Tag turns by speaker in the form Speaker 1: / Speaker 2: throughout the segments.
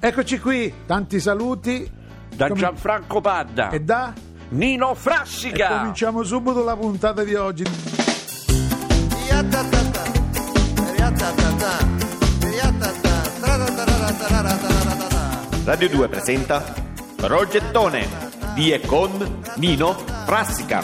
Speaker 1: Eccoci qui, tanti saluti
Speaker 2: Da
Speaker 1: Com-
Speaker 2: Gianfranco Padda,
Speaker 1: e da...
Speaker 2: Nino
Speaker 1: E
Speaker 2: Frassica.
Speaker 1: cominciamo subito la puntata di oggi.
Speaker 3: Radio 2 presenta Progettone di e con Nino Frassica.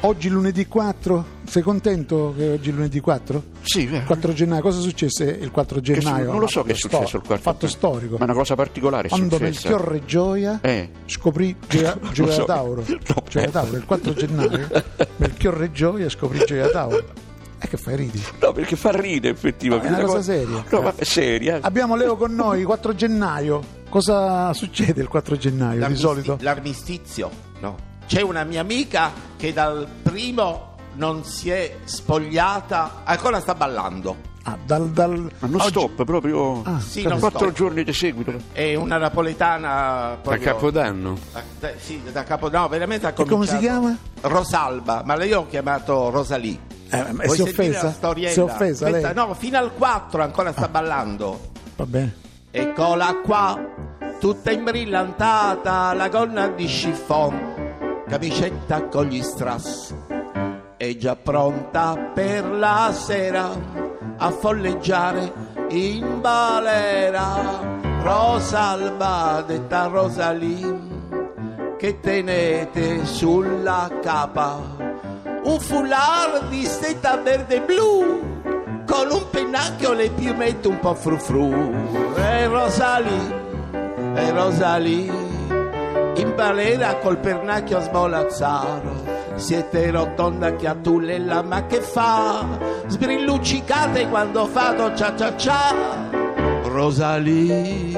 Speaker 1: Oggi lunedì 4, sei contento che oggi è lunedì 4?
Speaker 2: Sì, eh.
Speaker 1: 4 gennaio, cosa successe il 4
Speaker 2: Che su-
Speaker 1: gennaio?
Speaker 2: non lo so che è
Speaker 1: Fatto
Speaker 2: successo
Speaker 1: stor-
Speaker 2: il quarto.
Speaker 1: Fatto storico.
Speaker 2: Ma una cosa particolare è
Speaker 1: Quando
Speaker 2: successa.
Speaker 1: Melchiorre Gioia
Speaker 2: Eh.
Speaker 1: scoprì Gioia
Speaker 2: Lo
Speaker 1: Gioia
Speaker 2: so.
Speaker 1: Tauro.
Speaker 2: No,
Speaker 1: Gioia
Speaker 2: eh.
Speaker 1: Tauro, il 4 gennaio Melchiorre Gioia scoprì Gioia Tauro. E che fai ridi?
Speaker 2: No, perché fa ridere effettivamente.
Speaker 1: No, è una
Speaker 2: Questa
Speaker 1: cosa seria.
Speaker 2: No, ma è seria.
Speaker 1: Abbiamo Leo con noi, 4 gennaio. Cosa succede il 4 gennaio di
Speaker 4: L'armisti-
Speaker 1: solito?
Speaker 4: L'armistizio.
Speaker 2: No.
Speaker 4: C'è una mia amica che dal primo non si è spogliata, ancora sta ballando.
Speaker 1: Ah, dal, dal-
Speaker 2: Ma non
Speaker 1: oggi-
Speaker 2: stop, proprio
Speaker 1: Ah,
Speaker 4: Sì,
Speaker 1: capito.
Speaker 4: non
Speaker 2: quattro
Speaker 4: stop.
Speaker 2: giorni di seguito.
Speaker 4: È una napoletana
Speaker 5: A
Speaker 4: proprio-
Speaker 5: Capodanno.
Speaker 4: da- da- sì, da capo, no, veramente ha
Speaker 1: E come si
Speaker 4: cominciato-
Speaker 1: chiama?
Speaker 4: Rosalba, ma lei ho chiamato Rosalì.
Speaker 1: Eh, ma
Speaker 4: Vuoi
Speaker 1: si è
Speaker 4: sentire la
Speaker 1: offesa?
Speaker 4: storiella?
Speaker 1: Si è offesa
Speaker 4: Aspetta,
Speaker 1: lei?
Speaker 4: No, fino al 4 ancora sta ballando.
Speaker 1: Va bene.
Speaker 4: Eccola qua, tutta imbrillantata, la gonna di chiffon, camicetta con gli strass. È già pronta per la sera a folleggiare in balera. Rosalba, detta Rosalì, che tenete sulla capa un foulard di seta verde e blu con un pennacchio le piumette un po' frufru. E Rosalì, e Rosalì, in balera col pernacchio a svolazzaro. Siete rotonda chiatulella, ma che fa? Sbrilluccicate quando fa do cia cia cia. Rosalì,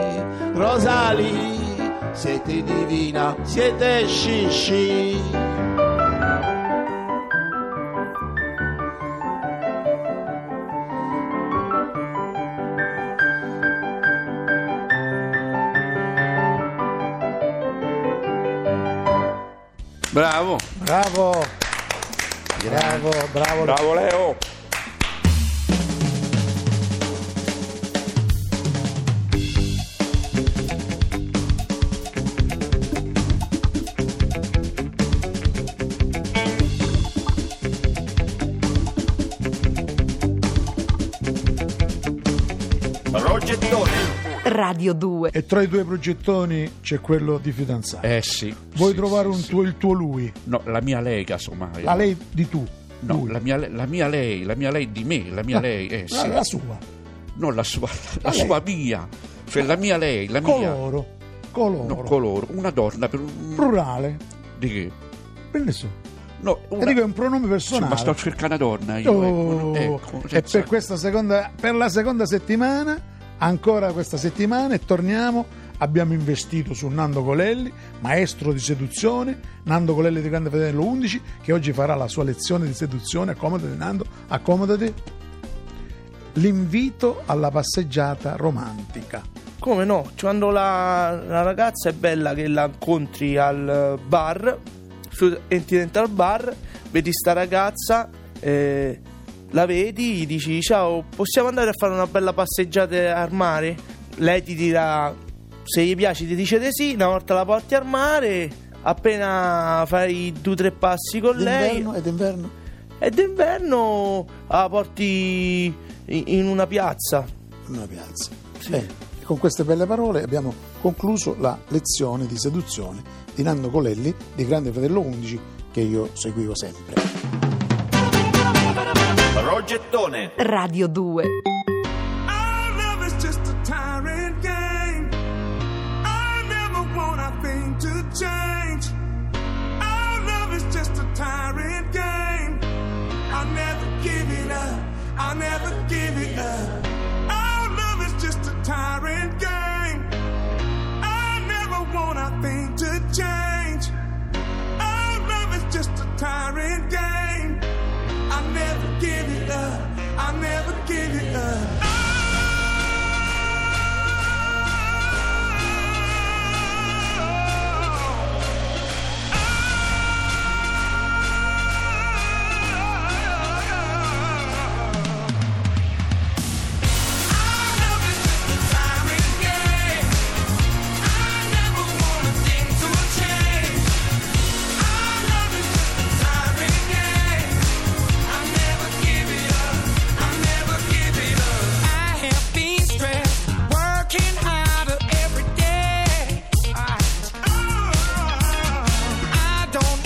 Speaker 4: Rosalì, siete divina, siete scisci.
Speaker 5: Bravo.
Speaker 1: Bravo. Bravo, bravo.
Speaker 2: Bravo Leo.
Speaker 3: Progettone
Speaker 6: Radio 2.
Speaker 1: E tra i due progettoni c'è quello di fidanzato.
Speaker 2: Eh sì.
Speaker 1: Vuoi
Speaker 2: Sì,
Speaker 1: trovare
Speaker 2: sì,
Speaker 1: un
Speaker 2: sì.
Speaker 1: tuo, il tuo lui,
Speaker 2: No, la mia lei, casomai.
Speaker 1: la lei di tu.
Speaker 2: No,
Speaker 1: lui.
Speaker 2: la mia, la mia lei, la mia lei di me, la mia lei, eh
Speaker 1: La-
Speaker 2: sì.
Speaker 1: Ah. la sua.
Speaker 2: Non la sua, la
Speaker 1: lei.
Speaker 2: sua mia. Cioè la mia lei, la mia.
Speaker 1: Coloro. Coloro.
Speaker 2: No, coloro. Una donna per un...
Speaker 1: Plurale.
Speaker 2: Di che?
Speaker 1: Per nessuno.
Speaker 2: No,
Speaker 1: E
Speaker 2: una...
Speaker 1: dico è un pronome
Speaker 2: Sì,
Speaker 1: personale.
Speaker 2: ma sto cercando una donna io.
Speaker 1: Oh,
Speaker 2: ecco, ecco,
Speaker 1: e
Speaker 2: senza-
Speaker 1: per questa seconda per la seconda settimana ancora questa settimana e torniamo abbiamo investito su Nando Colelli maestro di seduzione Nando Colelli di Grande Fratello 11 che oggi farà la sua lezione di seduzione accomodati Nando accomodati l'invito alla passeggiata romantica
Speaker 7: Come no? Quando la, la ragazza è bella che la incontri al bar, su- entri dentro al bar, vedi sta ragazza, eh, la vedi, gli dici ciao, possiamo andare a fare una bella passeggiata al mare? Lei ti dirà se gli piace, ti dice di sì, una volta la porti al mare, appena fai due o tre passi con lei...
Speaker 1: d'inverno è d'inverno
Speaker 7: E d'inverno la porti in- in una piazza.
Speaker 1: una piazza Bene, con queste belle parole abbiamo concluso la lezione di seduzione di Nando Colelli di Grande Fratello 11 che io seguivo sempre
Speaker 3: Progettone
Speaker 6: Radio 2.
Speaker 8: Our love is just a tiring game. I never want our thing to change. Our love is just a tiring game. I'll never give it up. I'll never give it up. Our love is just a tiring game. I never want our thing to change. Our love is just a tiring game. I'll never give it up. I'll never give it up. Ah,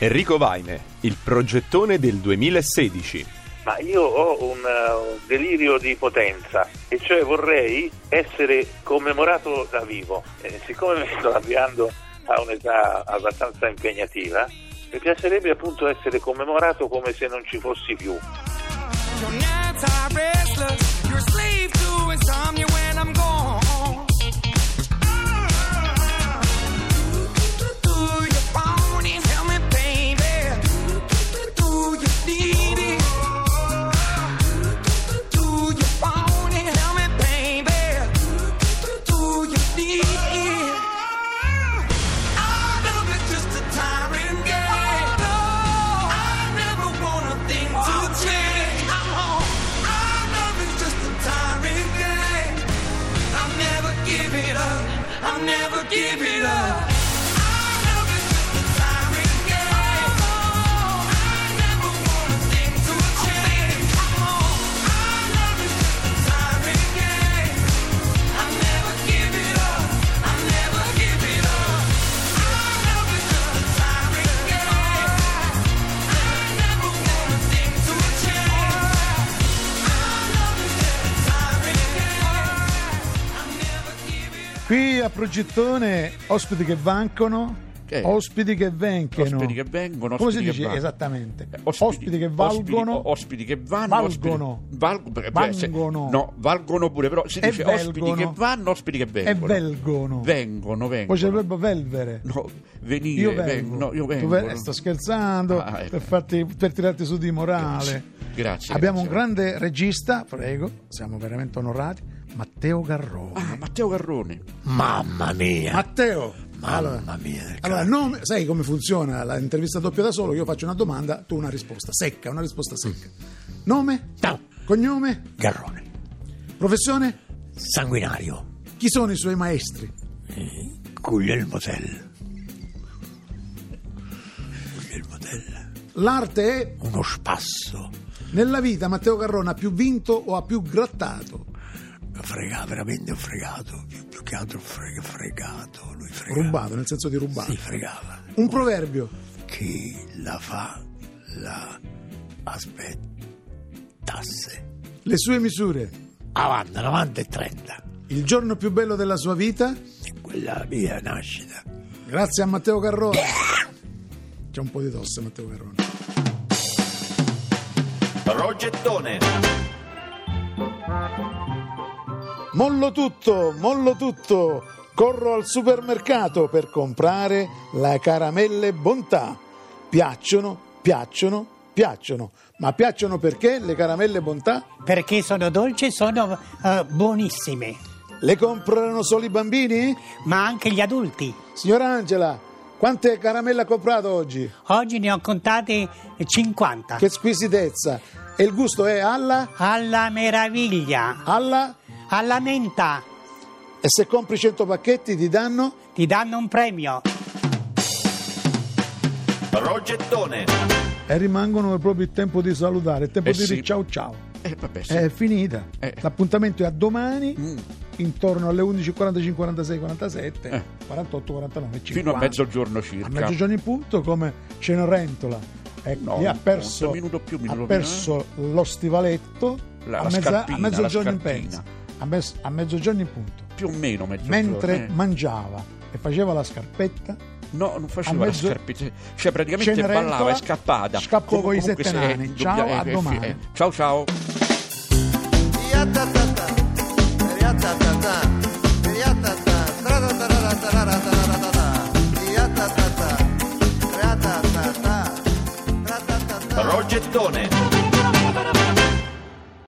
Speaker 5: Enrico Vaine, il progettone del 2016.
Speaker 9: Ma io ho un, eh, un delirio di potenza, e cioè vorrei essere commemorato da vivo. Eh, siccome mi sto avviando a un'età abbastanza impegnativa, mi piacerebbe appunto essere commemorato come se non ci fossi più.
Speaker 8: You're not a wrestler. You're a slave to insomnia when I'm gone. Do your phone and tell me, baby. Do you need it? Do your phone and tell me, baby. Do you need it? Our love is just a tiring game. I never want a thing to change. I'm home. Our love is just a tiring game. I'll never give it up. I'll never give it up. Our love is just a tiring game. I never want a thing to change. I'm home. Our love is just a tiring game. I'll never give it up. I'll never give it up. Our love is just a tiring game. I never want a thing to change. Our love is just a tiring game. I'll never give it up.
Speaker 1: Qui a Progettone, ospiti che vancono,
Speaker 2: Che?
Speaker 1: ospiti che vengono.
Speaker 2: Ospiti che vengono,
Speaker 1: Come si
Speaker 2: ospiti che
Speaker 1: dice
Speaker 2: vanno.
Speaker 1: esattamente?
Speaker 2: Eh,
Speaker 1: Ospiti, che valgono.
Speaker 2: ospiti, ospiti che vanno
Speaker 1: Valgono.
Speaker 2: ospiti- valgo- beh, beh, se-
Speaker 1: Vangono.
Speaker 2: no valgono pure però si
Speaker 1: E
Speaker 2: dice ospiti
Speaker 1: velgono.
Speaker 2: che vanno ospiti che
Speaker 1: e
Speaker 2: vengono
Speaker 1: velgono.
Speaker 2: eh, vengono
Speaker 1: Poi c'è
Speaker 2: vengono
Speaker 1: proprio velvere.
Speaker 2: no venire
Speaker 1: Io
Speaker 2: vengo,
Speaker 1: vengo.
Speaker 2: no, io
Speaker 1: Tu
Speaker 2: vengo.
Speaker 1: ve- eh, sto scherzando
Speaker 2: Ah, ecco.
Speaker 1: per, farti- per tirarti su di morale.
Speaker 2: grazie
Speaker 1: Abbiamo un
Speaker 2: grazie.
Speaker 1: grande regista, prego, siamo veramente onorati, Matteo Garrone.
Speaker 2: Ah, Matteo Garrone
Speaker 4: Mamma mia,
Speaker 1: Matteo, allora,
Speaker 4: mamma mia.
Speaker 1: allora, non- sai come funziona l'intervista doppia da solo? Io faccio una domanda, tu una risposta secca, una risposta secca.
Speaker 4: Mm.
Speaker 1: Nome? Cognome?
Speaker 4: Garrone,
Speaker 1: Professione?
Speaker 4: sanguinario, Eh,
Speaker 1: Chi sono i suoi maestri?
Speaker 4: Guglielmo Tell. Guglielmo Tell,
Speaker 1: L'arte è
Speaker 4: uno spasso.
Speaker 1: nella vita Matteo Garrone ha più vinto o ha più grattato?
Speaker 4: Frega, veramente ho fregato, più, più che altro frega, fregato, lui fregava.
Speaker 1: Rubato, nel senso di rubato.
Speaker 4: Sì, fregava.
Speaker 1: Un proverbio.
Speaker 4: Chi la fa, la aspettasse.
Speaker 1: Le sue misure.
Speaker 4: Avanti, 90 e 30.
Speaker 1: Il giorno più bello della sua vita?
Speaker 4: E quella mia nascita.
Speaker 1: Grazie a Matteo Garrone. C'è un po' di tosse Matteo Garrone.
Speaker 3: Progettone.
Speaker 1: Mollo tutto, mollo tutto. Corro al supermercato per comprare le caramelle bontà. Piacciono, piacciono, piacciono. Ma piacciono perché le caramelle bontà?
Speaker 10: Perché sono dolci e sono eh, buonissime,
Speaker 1: Le comprano solo i bambini?
Speaker 10: ma anche gli adulti.
Speaker 1: Signora Angela, quante caramelle ha comprato oggi?
Speaker 10: Oggi ne ho contate 50.
Speaker 1: Che squisitezza! E il gusto è alla?
Speaker 10: Alla meraviglia,
Speaker 1: Alla?
Speaker 10: alla menta,
Speaker 1: E se compri 100 pacchetti ti danno?
Speaker 10: ti danno un premio.
Speaker 3: Progettone.
Speaker 1: E rimangono proprio il tempo di salutare, il tempo
Speaker 2: Eh
Speaker 1: di dire
Speaker 2: sì.
Speaker 1: ciao ciao.
Speaker 2: eh vabbè sì.
Speaker 1: È finita.
Speaker 2: Eh.
Speaker 1: L'appuntamento è a domani
Speaker 2: Mm.
Speaker 1: intorno alle 11.45, 46, 47,
Speaker 2: Eh.
Speaker 1: 48, 49, 50.
Speaker 2: fino a mezzogiorno
Speaker 1: A
Speaker 2: circa
Speaker 1: mezzogiorno in punto come Cenerentola. Ecco,
Speaker 2: No,
Speaker 1: lì ha
Speaker 2: un
Speaker 1: perso,
Speaker 2: punto, minuto più,
Speaker 1: ha
Speaker 2: minuto meno,
Speaker 1: perso lo stivaletto
Speaker 2: La-
Speaker 1: a,
Speaker 2: la
Speaker 1: mezza- a
Speaker 2: scarpina,
Speaker 1: mezzogiorno
Speaker 2: la
Speaker 1: in pensa. A, mes- a mezzogiorno in punto.
Speaker 2: più o meno mezzogiorno
Speaker 1: Mentre
Speaker 2: eh.
Speaker 1: mangiava e faceva la scarpetta,
Speaker 2: No, non
Speaker 1: A
Speaker 2: faceva
Speaker 1: mezzo-
Speaker 2: la scarpetta, cioè praticamente
Speaker 1: Cenerentola
Speaker 2: ballava, è scappata.
Speaker 1: scappò coi sette
Speaker 2: comunque se-
Speaker 1: nani.
Speaker 2: eh,
Speaker 1: Ciao,
Speaker 2: dubbia-
Speaker 1: a
Speaker 2: eh, eh,
Speaker 1: domani.
Speaker 2: eh, ciao ciao.
Speaker 3: Progettone.